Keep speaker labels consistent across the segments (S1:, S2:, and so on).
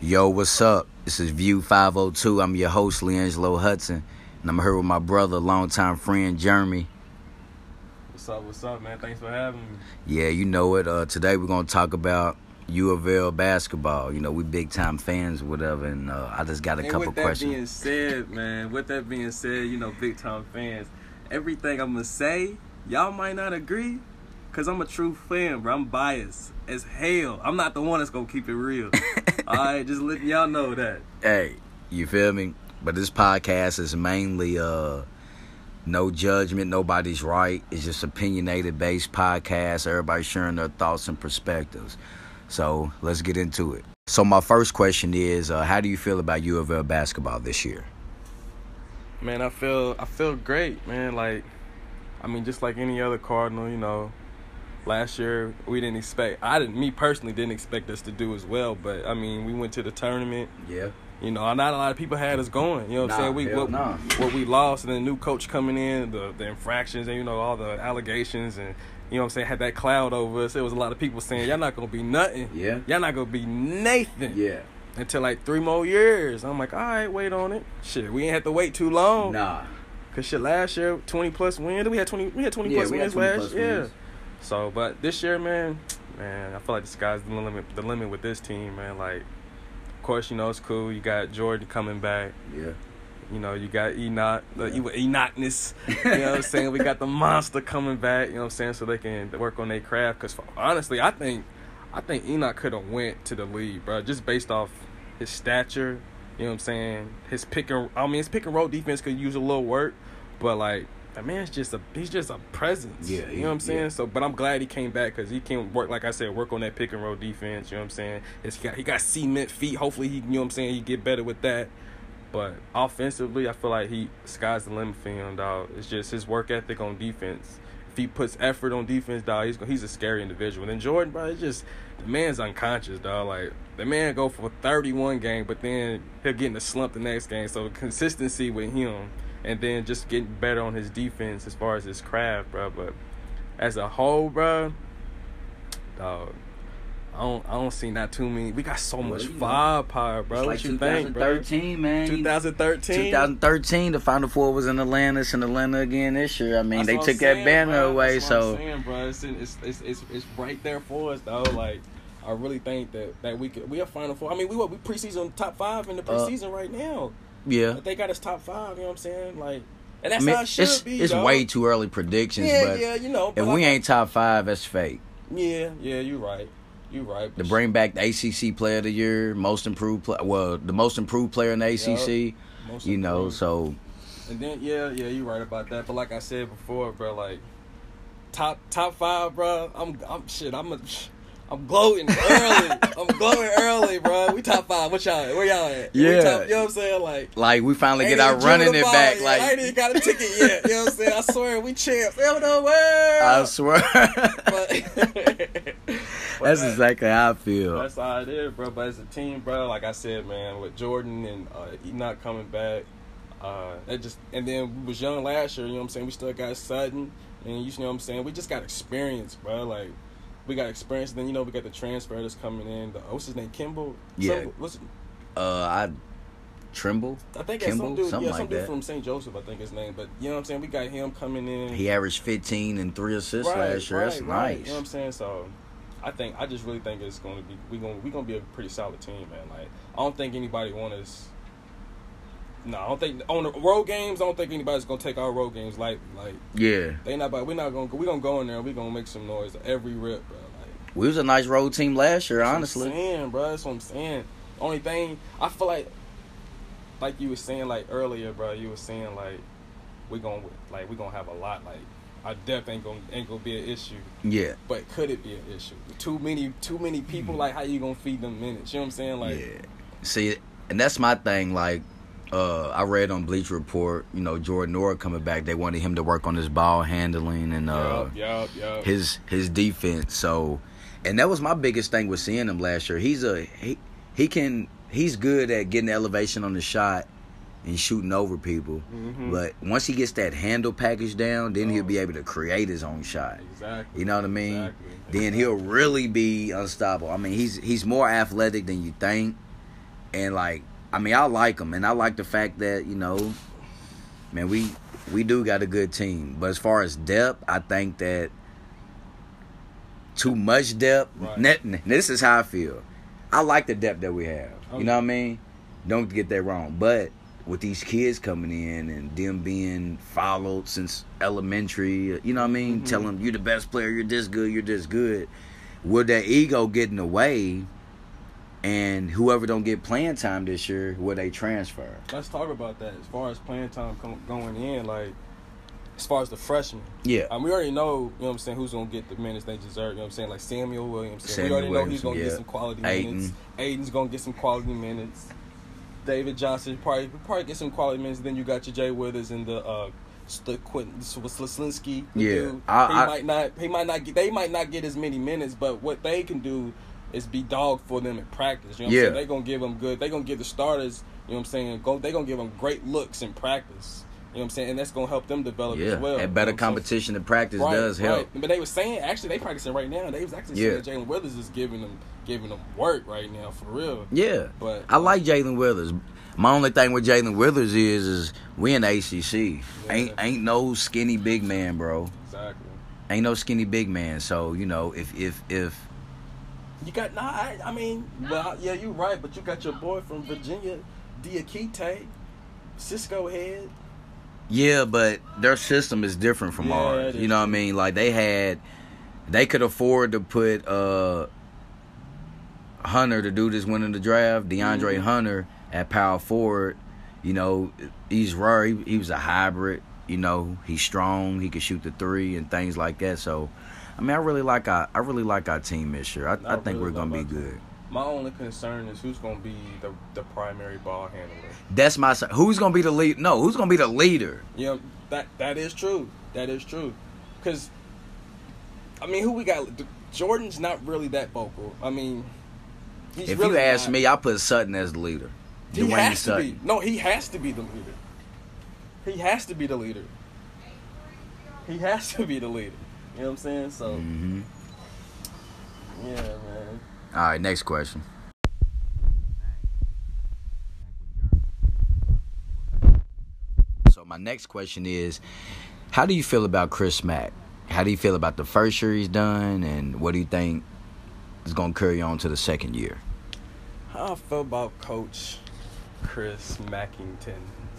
S1: Yo, what's up? This is View 502. I'm your host, Leangelo Hudson, and I'm here with my brother, longtime friend, Jeremy.
S2: What's up? What's up, man? Thanks for having me.
S1: Yeah, you know it. Uh, today we're gonna talk about U of L basketball. You know, we big time fans, whatever. And uh, I just got a
S2: And
S1: couple
S2: with that
S1: questions.
S2: being said, man, with that being said, you know, big time fans, everything I'm gonna say, y'all might not agree, cause I'm a true fan, bro. I'm biased as hell. I'm not the one that's gonna keep it real. All right, just letting y'all know that.
S1: hey, you feel me? But this podcast is mainly uh no judgment, nobody's right. It's just opinionated based podcast. Everybody sharing their thoughts and perspectives. So let's get into it. So my first question is, uh, how do you feel about U of L basketball this year?
S2: Man, I feel I feel great, man. Like, I mean, just like any other Cardinal, you know. Last year we didn't expect. I didn't. Me personally didn't expect us to do as well. But I mean, we went to the tournament.
S1: Yeah.
S2: You know, not a lot of people had us going. You know what
S1: Nah,
S2: I'm saying? We
S1: hell
S2: what,
S1: nah.
S2: what we lost, and the new coach coming in, the the infractions, and you know all the allegations, and you know what I'm saying had that cloud over us. There was a lot of people saying y'all not gonna be nothing.
S1: Yeah.
S2: Y'all not gonna be nothing.
S1: Yeah.
S2: Until like three more years. I'm like, all right, wait on it. Shit, we ain't have to wait too long.
S1: Nah.
S2: Cause shit, last year 20 plus wins. We had 20. We had 20
S1: Yeah,
S2: plus
S1: we had
S2: wins
S1: 20
S2: last.
S1: plus
S2: yeah.
S1: wins.
S2: So, but this year, man, man, I feel like the sky's the limit. The limit with this team, man. Like, of course, you know it's cool. You got Jordan coming back.
S1: Yeah.
S2: You know, you got Enoch, uh, you Enochness. You know what I'm saying? We got the monster coming back. You know what I'm saying? So they can work on their craft. Cause honestly, I think, I think Enoch could have went to the league, bro. Just based off his stature. You know what I'm saying? His pick and I mean, his pick and roll defense could use a little work, but like that man's just a he's just a presence.
S1: Yeah,
S2: you know what I'm
S1: he-
S2: saying?
S1: yeah.
S2: So, but I'm glad he came back because he can work, like I said, work on that pick and roll defense. You know what I'm saying? It's, he got he got cement feet. Hopefully, he you know what I'm saying he get better with that. But offensively, I feel like he sky's the limit for him, dog. It's just his work ethic on defense. If he puts effort on defense, dog, he's he's a scary individual. And Jordan, bro, it's just the man's unconscious, dog. Like the man go for thirty one game, but then he'll get in the slump the next game. So consistency with him, and then just getting better on his defense as far as his craft, bro. But as a whole, bro, dog. I don't, I don't see not too many. We got so much
S1: you know,
S2: firepower, bro.
S1: It's
S2: what
S1: like
S2: you think, bro?
S1: 2013, man.
S2: 2013.
S1: 2013, the Final Four was in Atlanta. It's in Atlanta again this year. I mean,
S2: That's
S1: they
S2: what I'm
S1: took that
S2: saying,
S1: banner
S2: bro.
S1: away,
S2: That's what
S1: so
S2: I'm saying, bro. It's, in, it's, it's, it's, it's right there for us, though. Like, I really think that, that we could, we are Final Four. I mean, we what, we preseason top five in the
S1: Uh,
S2: preseason right now.
S1: yeah.
S2: But they got us top five, you know what I'm saying? Like, and
S1: I
S2: that's
S1: mean,
S2: how it should
S1: it's,
S2: be.
S1: it's
S2: dog.
S1: way too early predictions,
S2: Yeah,
S1: but
S2: yeah, you know. but
S1: if
S2: like-
S1: we ain't top five, that's fake.
S2: Yeah, yeah, you're right. You're right.
S1: To
S2: but
S1: bring back the ACC Player of the Year, most improved, pla well, the most improved player in the ACC,
S2: most
S1: you know.
S2: improved.
S1: So
S2: And then yeah, yeah, you're right about that. But like I said before, bro, like top top five, bro. I'm I'm shit. I'm a, I'm gloating early. I'm gloating early, bro. We top five. What y'all? at? Where y'all at? We
S1: Yeah.
S2: top, you know what I'm saying? Like.
S1: like we finally get
S2: ain't
S1: our
S2: even
S1: running it
S2: juvenile
S1: back.
S2: yet. I ain't even
S1: Like
S2: got a ticket yet. You know what I'm saying? I swear we champs. Hell no way.
S1: I swear,
S2: But-
S1: that's
S2: But-
S1: exactly how I feel.
S2: that's how it is, bro. But as a team, bro, like I said, man, with Jordan and uh, Enoch coming back, uh, that just and then we was young last year. You know what I'm saying? We still got Sutton, and you know what I'm saying. We just got experience, bro. Like we got experience. Then you know we got the transfer that's coming in. The, what's his name? Kimball.
S1: Yeah.
S2: Some- what's,
S1: Uh, I tremble.
S2: I think that's some
S1: Kimball?
S2: dude.
S1: Something
S2: yeah,
S1: like
S2: some dude
S1: that.
S2: from St. Joseph, I think his name. But you know what I'm saying. We got him coming in.
S1: He averaged 15 and three assists last year. That's
S2: right. You
S1: nice.
S2: know what I'm saying? So I think I just really think it's going to be we going to we going to be a pretty solid team, man. Like I don't think anybody want us No, I don't think on the road games, I don't think anybody's going to take our road games lightly. Like
S1: Yeah,
S2: they not about we're not going to we going to go in there and we going to make some noise every rip, bro. Like
S1: we was a nice road team last year.
S2: that's
S1: Honestly,
S2: what I'm saying, bro. That's what I'm saying. Only thing I feel like, like you were saying like earlier, bro. You were saying like we gonna like we gonna have a lot like our depth ain't gonna ain't gonna be an issue.
S1: yeah,
S2: But could it be an issue? Too many too many people. Like how you gonna feed them minutes? You know what I'm saying? Like
S1: Hmm. yeah. See, and that's my thing. Like, uh, I read on Bleacher Report, you know, Jordan Nora coming back. They wanted him to work on his ball handling and uh,
S2: yup, yup, yup.
S1: his his defense. So, and that was my biggest thing with seeing him last year. He's a he he can he's good at getting elevation on the shot and shooting over people.
S2: Mhm.
S1: But once he gets that handle package down, then he'll
S2: Oh.
S1: be able to create his own shot.
S2: exactly.
S1: You know what I mean?
S2: Exactly.
S1: Then he'll really be unstoppable. I mean, he's he's more athletic than you think. And like, I mean, I like him, and I like the fact that you know, man, we we do got a good team. But as far as depth, I think that too much depth.
S2: Right.
S1: net- n- this is how I feel. I like the depth that we have.
S2: Okay.
S1: You know what I mean? Don't get that wrong. But with these kids coming in and them being followed since elementary, you know what I mean?
S2: Mhm.
S1: Tell them you're the best player. You're this good. You're this good. Will that ego get in the way? And whoever don't get playing time this year, will they transfer?
S2: Let's talk about that. As far as playing time com- going in, like as far as the freshmen,
S1: Yeah.
S2: um, we already know, you know what I'm saying, who's going to get the minutes they deserve. You know what I'm saying? Like Samuel Williams. said, we
S1: Samuel
S2: already know
S1: Williamson,
S2: he's going to get
S1: yeah.
S2: some quality
S1: Ayton.
S2: minutes. Aiden's going to get some quality minutes. David Johnson probably probably get some quality minutes. Then you got your Jay Withers and the uh, the Quentin Slislinski.
S1: Yeah.
S2: dude.
S1: I-
S2: he
S1: I-
S2: might not. He might not get. They might not get as many minutes, but what they can do is be dog for them in practice. You know what
S1: Yeah.
S2: I'm saying? They gonna give them good. They gonna give the starters. You know what I'm saying? Go. They gonna give them great looks in practice. You know what I'm saying? And that's gonna help them develop
S1: Yeah.
S2: as well.
S1: and better
S2: You know what I'm saying?
S1: competition and practice does help.
S2: But they were saying actually they practicing right now. They was actually
S1: Yeah.
S2: saying Jalen Withers is giving them giving them work right now for real.
S1: Yeah.
S2: But
S1: I like Jalen Withers. My only thing with Jalen Withers is, is we in ACC.
S2: Yeah.
S1: Ain't ain't no skinny big man, bro.
S2: exactly.
S1: Ain't no skinny big man. So you know, if if if
S2: You got nah. I, I mean, well, yeah, you're right. But you got your boy from Virginia, Diakite, Cisco Head.
S1: yeah, but their system is different from
S2: Yeah,
S1: ours.
S2: it
S1: You know what I mean? Like they had, they could afford to put uh Hunter to do this winning the draft, DeAndre
S2: Mhm.
S1: Hunter at power forward. You know, he's rare. He, he was a hybrid. You know, he's strong. He could shoot the three and things like that. So, I mean, I really like our I really like our team this year. I,
S2: I
S1: I think
S2: really
S1: we're gonna be
S2: love our
S1: good.
S2: team. My only concern is who's gonna be the the primary ball handler.
S1: That's my s- who's gonna be the lead. No, who's gonna be the leader?
S2: You know, that that is true. That is true. Cause I mean, who we got? Jordan's not really that vocal. I mean, he's
S1: if
S2: really
S1: you ask
S2: not.
S1: me, I put Sutton as the leader.
S2: He has to be. No, he has to be the leader. He has to be the leader. He has to be the leader. You know what I'm saying? So,
S1: hmm
S2: yeah, man.
S1: All right, next question. So my next question is, how do you feel about Chris Mack? How do you feel about the first year he's done, and what do you think is going to carry on to the second year?
S2: How I feel about Coach Chris Mackington.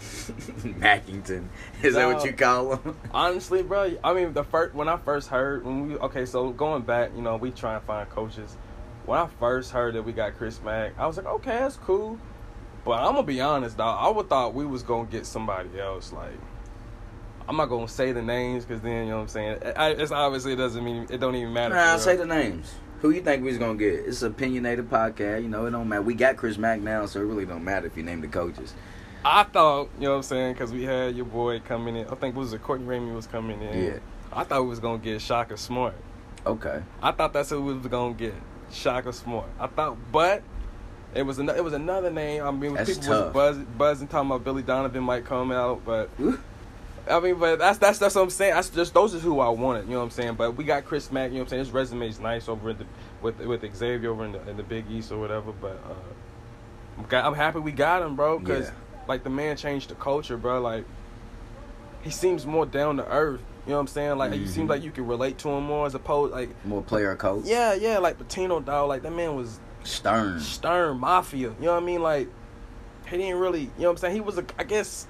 S1: Mackington,
S2: Is that what you
S1: call him?
S2: Honestly, bro, I mean, the first when I first heard when we okay, so going back, you know, we try and find coaches. When I first heard that we got Chris Mack, I was like, okay, that's cool. But I'm gonna be honest, dog. I would thought we was gonna get somebody else. Like, I'm not gonna say the names because then you know what I'm saying. I, it's obviously it doesn't mean it don't even matter.
S1: Nah,
S2: for
S1: say
S2: real.
S1: the names. Who you think we's gonna get? It's an opinionated podcast. You know, it don't matter. We got Chris Mack now, so it really don't matter if you name the coaches.
S2: I thought you know what I'm saying because we had your boy coming in. I think was it Courtney Ramey was coming in.
S1: Yeah.
S2: I thought we was gonna get Shaka Smart.
S1: Okay.
S2: I thought that's who we was gonna get, Shaka Smart. I thought, but it was an, it was another name. I mean,
S1: That's
S2: people
S1: tough.
S2: was buzz, buzzing talking about Billy Donovan might come out, but
S1: Ooh.
S2: I mean, but that's that's that's what I'm saying. That's just those is who I wanted. You know what I'm saying? But we got Chris Mack. You know what I'm saying? His resume's nice over in the, with with Xavier over in the, in the Big East or whatever. But uh, I'm, ga- I'm happy we got him, bro, because
S1: Yeah.
S2: like the man changed the culture, bro. Like he seems more down to earth. You know what I'm saying? Like you seem
S1: Mhm.
S2: like you can relate to him more as opposed like
S1: More player coach.
S2: yeah, yeah, like Patino dog, like that man was
S1: Stern.
S2: stern mafia. You know what I mean? Like he didn't really, you know what I'm saying? He was a, I guess,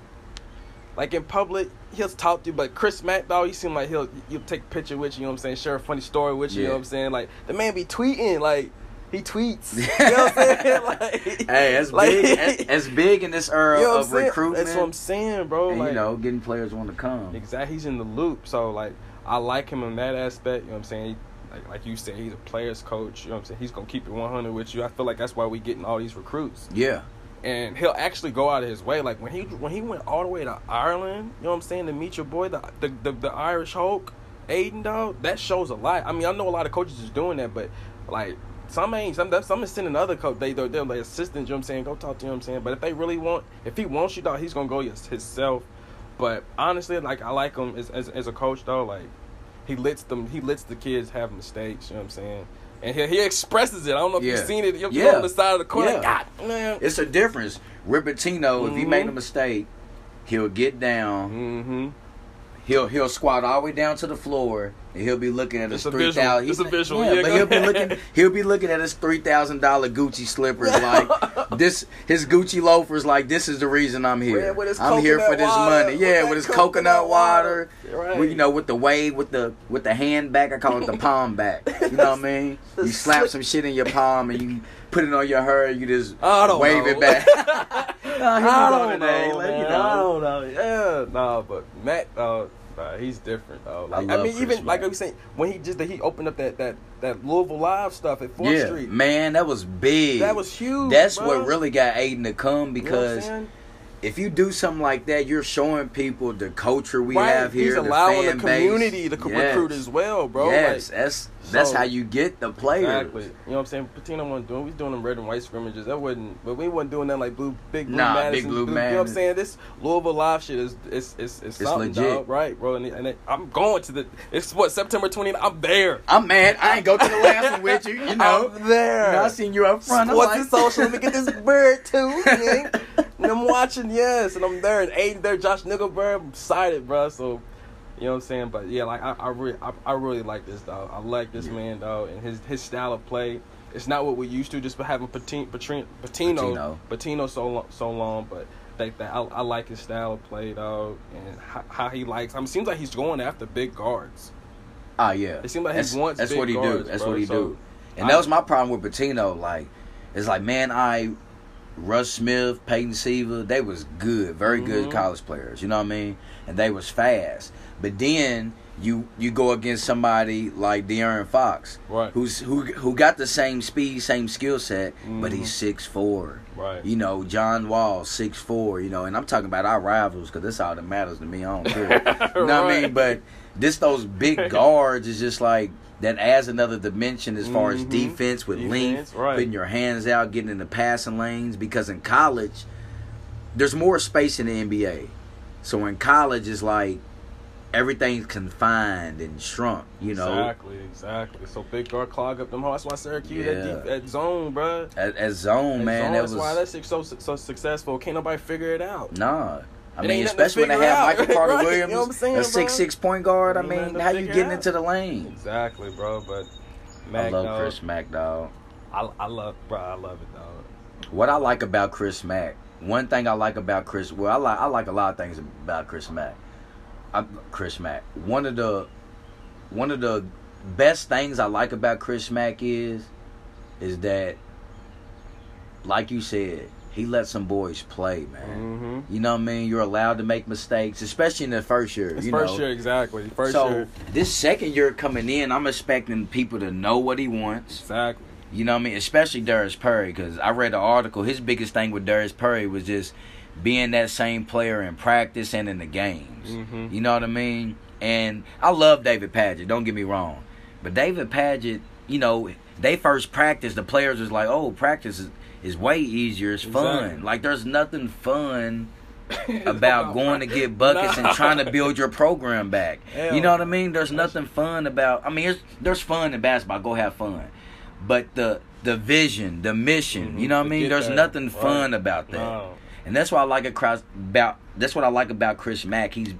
S2: like in public, he'll talk to you, but Chris Mack dog, he seemed like he'll you'll take a picture with you. You know what I'm saying? Share a funny story with you. You know
S1: Yeah.
S2: what I'm saying? Like the man be tweeting, like he tweets. You know what I'm saying? Like,
S1: Hey, that's
S2: like-
S1: big. That's, that's big in this era
S2: you know what I'm
S1: of
S2: saying?
S1: recruitment.
S2: That's what I'm saying, bro.
S1: and,
S2: like,
S1: you know, getting players want to come.
S2: Exactly. He's in the loop. So like I like him in that aspect, you know what I'm saying? He, like like you said, he's a player's coach, you know what I'm saying? He's gonna keep it one hundred with you. I feel like that's why we getting all these recruits.
S1: Yeah.
S2: And he'll actually go out of his way. Like when he when he went all the way to Ireland, you know what I'm saying, to meet your boy, the the, the, the Irish Hulk, Aiden dog, that shows a lot. I mean, I know a lot of coaches is doing that, but like some ain't some some is sending other coach they they're, they're like assistants, you know what I'm saying? Go talk to you, know what I'm saying? But if they really want if he wants you dog, he's gonna go his, himself. But honestly, like I like him as, as, as a coach though. Like he lets them, he lets the kids have mistakes. You know what I'm saying? and he, he expresses it. I don't know if
S1: Yeah.
S2: you've seen it. You're,
S1: Yeah.
S2: on the side of the corner.
S1: Yeah.
S2: God, man.
S1: It's a difference. Ribertino, if he
S2: Mhm.
S1: made a mistake, he'll get down.
S2: Mm-hmm.
S1: He'll he'll squat all the way down to the floor, and he'll be looking at his
S2: It's a
S1: three
S2: visual.
S1: thousand.
S2: It's a visual.
S1: Yeah,
S2: Yeah,
S1: but
S2: go
S1: he'll be
S2: ahead.
S1: looking. He'll be looking at his three thousand dollar Gucci slippers like this. His Gucci loafers like this is the reason I'm here.
S2: With- with his
S1: I'm here for
S2: coconut
S1: this
S2: water,
S1: money. Yeah,
S2: with
S1: with his
S2: that
S1: coconut
S2: coconut
S1: water.
S2: water. Right.
S1: With, you know, with the wave, with the with the hand back. I call it the palm back. You know what I mean? You slap some shit in your palm and you put it on your hair. You just
S2: I don't
S1: wave
S2: know.
S1: it back.
S2: I don't know, man. I don't know. Yeah, nah, but Matt, uh, nah, he's different though. Like, I,
S1: love
S2: mean,
S1: Chris
S2: even like I
S1: Mack.
S2: was saying, when he just he opened up that that that Louisville Live stuff at Fourth
S1: Yeah,
S2: Street,
S1: man, that was big.
S2: that was huge.
S1: That's
S2: bro.
S1: what really got Aiden to come
S2: You know what I'm
S1: because
S2: saying?
S1: if you do something like that, you're showing people the culture we
S2: Right,
S1: have here.
S2: he's
S1: the
S2: allowing
S1: fan
S2: the community
S1: base.
S2: to co-
S1: Yes.
S2: recruit as well, bro.
S1: Yes,
S2: Like,
S1: that's that's
S2: so-
S1: how you get the players.
S2: Exactly. You know what I'm saying? Patino wasn't doing. We was doing them red and white scrimmages. That wasn't. But we wasn't doing that like blue, big blue
S1: Nah,
S2: Madison.
S1: Big Blue
S2: You know what I'm
S1: Madison.
S2: saying? This Louisville live shit is is is, is something,
S1: legit.
S2: dog. Right, bro. And, and I'm going to the. It's what September 20th. I'm there.
S1: I'm mad. I ain't go to the last one with you. You know,
S2: I'm there.
S1: You know, I seen you up front. I'm
S2: Sports
S1: like-
S2: and social. Let me get this bird too. nigga. and I'm watching, yes, and I'm there and Aiden there, Josh Nickelberg. I'm excited, bro. So you know what I'm saying? But yeah, like I, I really I, I really like this dog. I like this man dog and his his style of play. It's not what we used to just by having Patino Patino
S1: Patino.
S2: Patino, Patino so long so long, but that, that I, I like his style of play dog and how, how he likes. I mean, seems like he's going after big guards.
S1: Oh yeah.
S2: It seemed like he
S1: that's,
S2: wants
S1: That's
S2: big
S1: what he
S2: guards,
S1: do. That's
S2: bro,
S1: what he
S2: so
S1: do. And
S2: I-
S1: that was my problem with Patino. Like, it's like man, I, Russ Smith, Peyton Seaver, they was good, very good
S2: Mhm.
S1: college players. You know what I mean? And they was fast. But then you you go against somebody like De'Aaron Fox,
S2: Right.
S1: who's who who got the same speed, same skill set, but
S2: Mhm.
S1: he's six four.
S2: Right.
S1: You know, John Wall, six four. You know, and I'm talking about our rivals because that's all that matters to me. I don't care. you know what I mean?
S2: Right.
S1: But this those big guards is just like that adds another dimension as far as
S2: Mhm.
S1: defense with length,
S2: Defense, right.
S1: putting your hands out, getting in the passing lanes. Because in college, there's more space in the NBA. So in college, it's like everything's confined and shrunk. You know,
S2: Exactly, exactly. So big guard clog up them hard. That's why Syracuse
S1: Yeah.
S2: that, deep, that zone, bruh.
S1: at, at zone,
S2: That
S1: man,
S2: zone,
S1: that
S2: that's
S1: was
S2: why that shit's so so successful. Can't nobody figure it out.
S1: Nah. I
S2: It
S1: mean,
S2: ain't nothing to
S1: especially when they
S2: figure
S1: have
S2: out,
S1: Michael Carter
S2: right? You know
S1: Williams,
S2: what I'm saying,
S1: a
S2: bro?
S1: six six point guard. I
S2: Ain't nothing
S1: mean,
S2: to
S1: how you
S2: figure
S1: getting
S2: out.
S1: into the lane?
S2: Exactly, bro. But
S1: I
S2: Mac,
S1: love
S2: dog,
S1: Chris Mack, dog.
S2: I, I love, bro. I love it, dog.
S1: What I like about Chris Mack, one thing I like about Chris, well, I like I like a lot of things about Chris Mack. I, Chris Mack, one of the one of the best things I like about Chris Mack is is that, like you said, he lets some boys play, man.
S2: Mm-hmm.
S1: You know what I mean? You're allowed to make mistakes, especially in the first year.
S2: It's
S1: you
S2: first
S1: know?
S2: year, exactly. First
S1: so
S2: year,
S1: this second year coming in, I'm expecting people to know what he wants.
S2: exactly.
S1: You know what I mean? Especially Darius Perry, because I read an article. His biggest thing with Darius Perry was just being that same player in practice and in the games.
S2: Mhm.
S1: You know what I mean? And I love David Paget. Don't get me wrong, but David Paget, you know, they first practice. The players was like, "Oh, practice is, is way easier. It's fun.
S2: Exactly.
S1: Like there's nothing fun." about going to get buckets
S2: Nah.
S1: and trying to build your program back.
S2: Hell
S1: You know what I mean? There's nothing fun about. I mean, there's, there's fun in basketball. Go have fun, but the the vision, the mission. You
S2: Mhm.
S1: know what I
S2: To
S1: mean?
S2: get
S1: There's
S2: there.
S1: nothing
S2: Right.
S1: fun about that,
S2: No.
S1: and that's what I like across about. That's what I like about Chris Mack. He's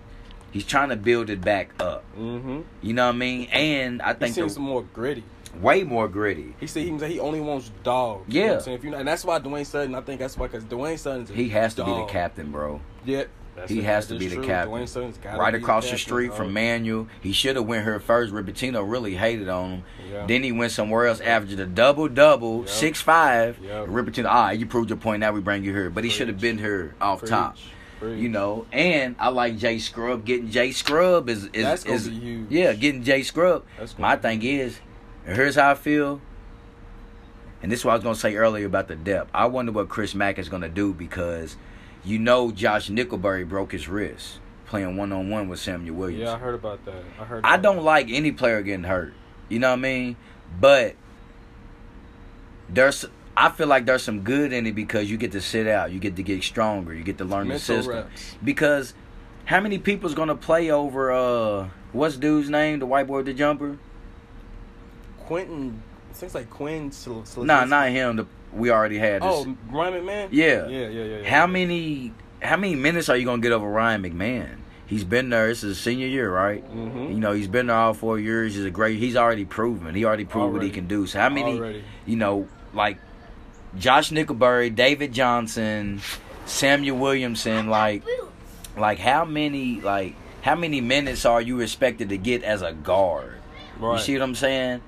S1: he's trying to build it back up.
S2: Mm-hmm.
S1: You know what I mean? And I
S2: He
S1: think they're
S2: seems more gritty.
S1: way more gritty.
S2: He said he, he only wants dogs.
S1: Yeah.
S2: you know what I'm saying? If you and that's why Dwayne Sutton. I think that's why because Dwayne Sutton's a
S1: He has to be the
S2: dog.
S1: captain, bro.
S2: Yeah,
S1: He has to be the captain. right across the street from Manuel. He should have went here first. Ripatino really hated on him.
S2: Yeah.
S1: Then he went somewhere else, averaged a double double,
S2: Yep.
S1: six five.
S2: Yep.
S1: Ripatino, all right, you proved your point. Now we bring you here, but he should have been here off top. You know, and I like Jay Scrub. Getting Jay Scrub is is,
S2: That's gonna
S1: is-
S2: be huge.
S1: yeah. Getting Jay Scrub.
S2: That's gonna
S1: My
S2: be
S1: thing is, and here's how I feel. And this is what I was gonna say earlier about the depth. I wonder what Chris Mack is gonna do because you know Josh Nickelberry broke his wrist playing one on one with Samuel Williams.
S2: Yeah, I heard about that. I heard.
S1: I
S2: about
S1: don't
S2: that.
S1: like any player getting hurt. You know what I mean? But there's I feel like there's some good in it because you get to sit out, you get to get stronger, you get to learn
S2: Mental
S1: the system.
S2: reps.
S1: Because how many people's gonna play over uh what's dude's name, the white boy with the jumper?
S2: Quentin seems like Quinn. Sil- Sil-
S1: Nah, not him. The, we already had this.
S2: Oh, Ryan McMahon.
S1: Yeah.
S2: Yeah, yeah, yeah. yeah
S1: how
S2: yeah.
S1: many how many minutes are you gonna get over Ryan McMahon? He's been there. This is his senior year, right?
S2: Mhm.
S1: You know, he's been there all four years. He's a great. He's already proven. He already proved what he
S2: Already.
S1: can do. So how many?
S2: Already.
S1: You know, like Josh Nickelberry, David Johnson, Samuel Williamson. Like, like how many? Like how many minutes are you expected to get as a guard?
S2: Right.
S1: You see what I'm saying?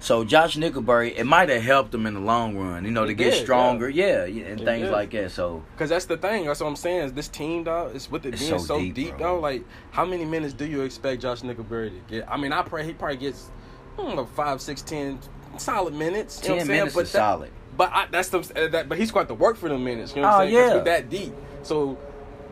S1: So Josh Nickelberry, it might have helped him in the long run. You know,
S2: It
S1: to get
S2: did, yeah.
S1: stronger. Yeah, yeah and
S2: It
S1: things
S2: did.
S1: like that. So.
S2: Cause that's the thing. That's what I'm saying. Is this team, dog, is with it
S1: It's
S2: being so,
S1: so
S2: deep,
S1: deep,
S2: though.
S1: bro.
S2: Like, how many minutes do you expect Josh Nickelberry to get? I mean, I pray he probably gets hmm, a five, six, ten solid minutes. You know what
S1: Ten
S2: I'm saying?
S1: minutes
S2: But
S1: is
S2: that-
S1: solid.
S2: But I, that's the uh, that. But he's got to work for the minutes. You know what
S1: Oh,
S2: I'm saying? 'Cause
S1: yeah.
S2: we're that deep. So,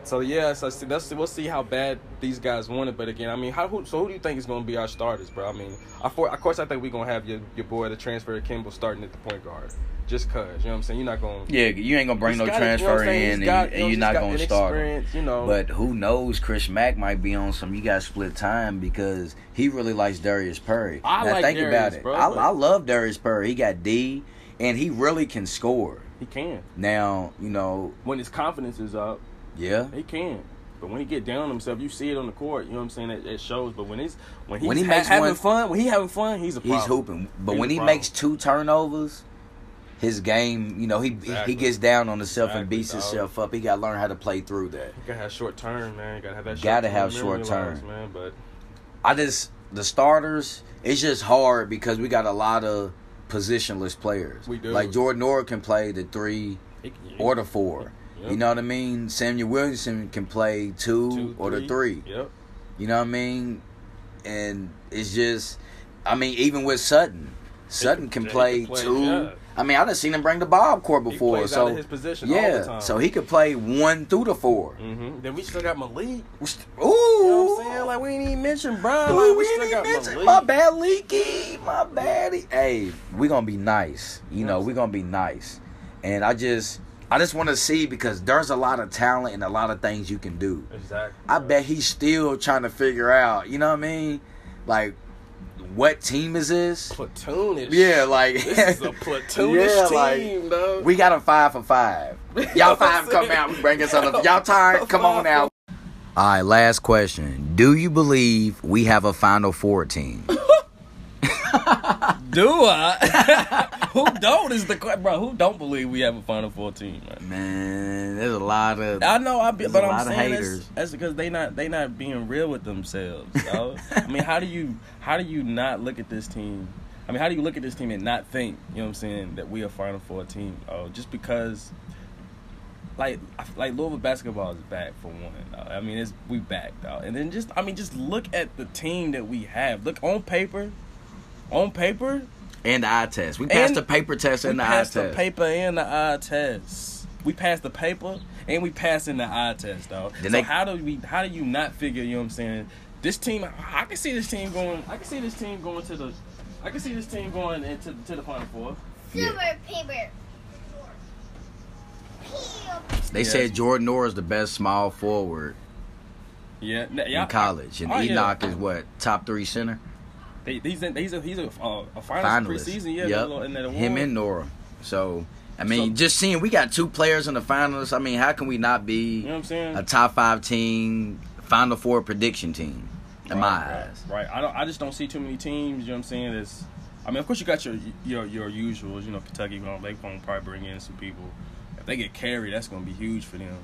S2: so yeah. So see, that's we'll see how bad these guys want it. But again, I mean, how who, so who do you think is going to be our starters, bro? I mean, I for, of course I think we're going to have your your boy the transfer Kimball starting at the point guard. Just cause you know what I'm saying. You're not going.
S1: Yeah, you ain't gonna bring no transfer in, and, you- and you're not gonna start. him.
S2: You know,
S1: But who knows? Chris Mack might be on some. You got split time because he really likes Darius Perry.
S2: I
S1: now
S2: like
S1: think
S2: Darius,
S1: about it.
S2: bro,
S1: I,
S2: but-
S1: I love Darius Perry. He got D, and he really can score.
S2: he can
S1: Now you know,
S2: when his confidence is up.
S1: yeah.
S2: He can. But when he get down on himself, you see it on the court. You know what I'm saying? It, it shows. But when he's when he's
S1: When he
S2: ha-
S1: makes
S2: having
S1: one-
S2: fun, when he having fun, he's a problem.
S1: He's hooping, but
S2: He's
S1: when
S2: a
S1: he
S2: problem.
S1: makes two turnovers, his game, you know, he
S2: Exactly.
S1: he gets down on himself and
S2: Exactly,
S1: beats
S2: dog.
S1: himself up. He got to learn how to play through that.
S2: You gotta have short term, man. You gotta have that.
S1: Gotta
S2: short-term
S1: have
S2: memory
S1: short-term.
S2: loss, man. But
S1: I just the starters. It's just hard because we got a lot of positionless players.
S2: We do.
S1: Like Jordan Nora can play the three
S2: it,
S1: or the four.
S2: Yep.
S1: You know what I mean? Samuel Williamson can play two,
S2: Two,
S1: or the three.
S2: Yep.
S1: You know what I mean? And it's just, I mean, even with Sutton, Sutton can,
S2: yeah, he
S1: play,
S2: can play,
S1: two.
S2: yeah.
S1: I mean, I done seen him bring the Bob Court
S2: He
S1: before.
S2: plays
S1: so
S2: out of his position all
S1: yeah,
S2: the time.
S1: so he could play one through the four.
S2: Mm-hmm. Then we still got Malik. You
S1: Ooh,
S2: know what I'm saying? Like we ain't even mentioned Brian.
S1: Ooh,
S2: Like,
S1: we
S2: still
S1: ain't even
S2: got
S1: mentioned
S2: Malik.
S1: my bad leaky, my baddie. Hey, we gonna be nice. You know, we gonna be nice. And I just I just wanna see because there's a lot of talent and a lot of things you can do.
S2: Exactly.
S1: I
S2: bro.
S1: bet he's still trying to figure out, you know what I mean? Like what team is this?
S2: platoonish.
S1: Yeah, like
S2: This is a platoonish team, dog.
S1: we got a five for five. Y'all five come out. We bring us up. Y'all tired? Come on out. All right, last question. Do you believe we have a Final Four team?
S2: Do I? who don't is the que- bro? Who don't believe we have a Final Four team? Man?
S1: Man, there's a lot of.
S2: I know, I be,
S1: There's
S2: but
S1: a
S2: I'm
S1: lot of
S2: saying that's,
S1: haters.
S2: that's because they not they not being real with themselves. yo. I mean, how do you how do you not look at this team? I mean, how do you look at this team and not think you know what I'm saying that we are Final Four team? Oh, just because. Like, like Louisville basketball is back for one. dawg. I mean, it's we back, dog. And then just, I mean, just look at the team that we have. Look on paper, on paper,
S1: And the eye test. We passed
S2: And-
S1: the paper test and
S2: we
S1: the eye
S2: passed
S1: test.
S2: the paper and the eye test. We passed the paper and we passed in the eye test, dog.
S1: Then
S2: so
S1: they-
S2: how do we? How do you not figure? You know what I'm saying? This team, I can see this team going. I can see this team going to the. I can see this team going into to the final four.
S1: Yeah.
S3: Silver paper.
S1: They
S2: Yes.
S1: said Jordan Orr is the best small forward
S2: Yeah, n- yeah.
S1: in college, and
S2: Oh, yeah.
S1: Enoch is what top three center.
S2: They, he's in, he's a he's a, uh, a finalist,
S1: finalist.
S2: preseason. Yeah,
S1: Yep.
S2: in that
S1: him
S2: award.
S1: and Nora. So I mean,
S2: So-
S1: just seeing we got two players in the finals. I mean, how can we not be
S2: You know what I'm saying?
S1: a top five team, final four prediction team? In my
S2: Right, right,
S1: eyes,
S2: Right. I don't. I just don't see too many teams. You know what I'm saying? That's. I mean, of course you got your your your usuals. You know, Kentucky going they going to probably bring in some people. If they get carried, that's going to be huge for them.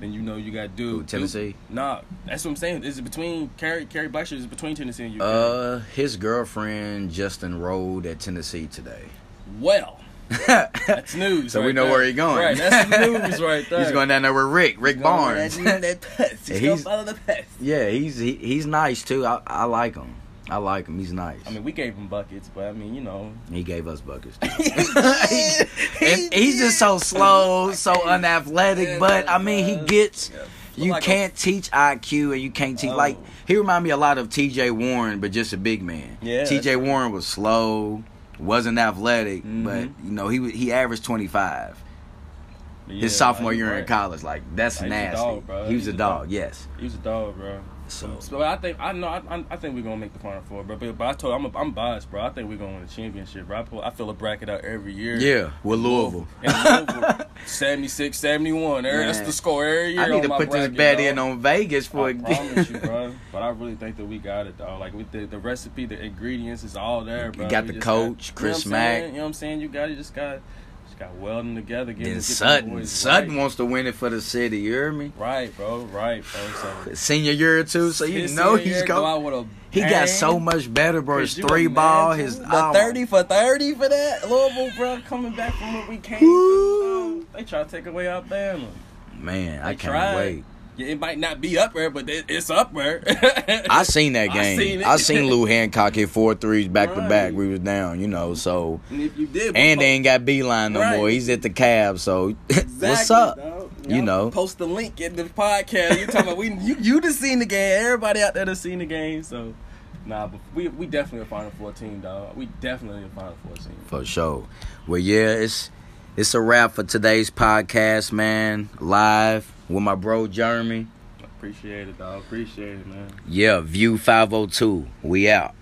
S2: Then you know you got Duke.
S1: Who, Tennessee?
S2: Duke- Nah, that's what I'm saying. Is it between Kerry Kerry Blackshear? Is it between Tennessee and you?
S1: uh, his girlfriend just enrolled at Tennessee today.
S2: well, that's news.
S1: So we
S2: right
S1: know
S2: there.
S1: where he going.
S2: Right. That's the news right there.
S1: He's going down there with Rick, Rick Barnes. He's gonna He's-
S2: follow the pest.
S1: yeah, he's he, he's nice too. I, I like him. I like him. He's nice.
S2: I mean, we gave him buckets, but I mean, you know,
S1: He gave us buckets. too. And he's just so slow, so unathletic. But I mean, he gets. You
S2: Like a-
S1: can't teach IQ, and you can't teach
S2: Oh.
S1: like he remind me a lot of T.J. Warren, but just a big man.
S2: Yeah, that's
S1: T.J. Warren was slow, wasn't athletic, but
S2: Mhm.
S1: you know he wa- he averaged twenty five.
S2: Yeah,
S1: His sophomore
S2: like,
S1: year in
S2: right.
S1: college, like that's
S2: Like, he's a
S1: nasty.
S2: dog, bro.
S1: he was
S2: He's
S1: a
S2: a
S1: dog.
S2: dog.
S1: Yes,
S2: He was a dog, bro.
S1: So
S2: So I think I know I, I- I think we're gonna make the final four, bro. But, but I told I'm I'm biased, bro. I think we're gonna win the championship, bro. I pull I fill a bracket out every year.
S1: yeah, with Louisville.
S2: And Louisville, 76, 71. every- That's
S1: Man.
S2: the score every year.
S1: I need
S2: on
S1: to
S2: my
S1: put this
S2: bracket,
S1: bet
S2: dog.
S1: in on Vegas for
S2: I
S1: a
S2: promise you, bro. But I really think that we got it, dog. Like with the, the recipe, the ingredients is all there, bro.
S1: got
S2: We
S1: the
S2: just
S1: coach, Chris
S2: you know what I'm
S1: Mack.
S2: saying? You know what I'm saying? You got it. Just got, just got welding together.
S1: Then
S2: Getting get them
S1: Sutton,
S2: boys
S1: Sutton
S2: right.
S1: wants to win it for the city. You hear me?
S2: Right, bro. Right, bro. So
S1: Senior year too, so you
S2: His
S1: know
S2: senior
S1: he's
S2: year go
S1: going.
S2: out with a
S1: He got so
S2: bang.
S1: much better, bro. His
S2: Could you
S1: three ball,
S2: imagine?
S1: his
S2: The
S1: oh my
S2: thirty for thirty for that Louisville, bro, coming back from where we came.
S1: Woo.
S2: From, dog. they try to take away Alabama.
S1: Man, I
S2: They
S1: can't
S2: tried.
S1: wait.
S2: Yeah, it might not be up there, but it- it's up there.
S1: I seen that
S2: I
S1: game. I
S2: seen
S1: seen,
S2: it.
S1: Lou Hancock hit four threes back to back.
S2: Right.
S1: We was down, you know. So
S2: and if you did,
S1: and
S2: post-
S1: they ain't got beeline no
S2: Right.
S1: more. He's at the Cavs. So what's
S2: Exactly,
S1: up?
S2: dog.
S1: You
S2: Y'all
S1: know.
S2: post the link in the podcast. You talking about we? You you just seen the game. Everybody out there done seen the game. So, nah, but we we definitely a Final Four team, dog. We definitely a Final Four team.
S1: For sure. Well, yeah, it's it's a wrap for today's podcast, man. Live with my bro Jeremy.
S2: Appreciate it, dog. Appreciate it, man.
S1: Yeah, View 502. We out.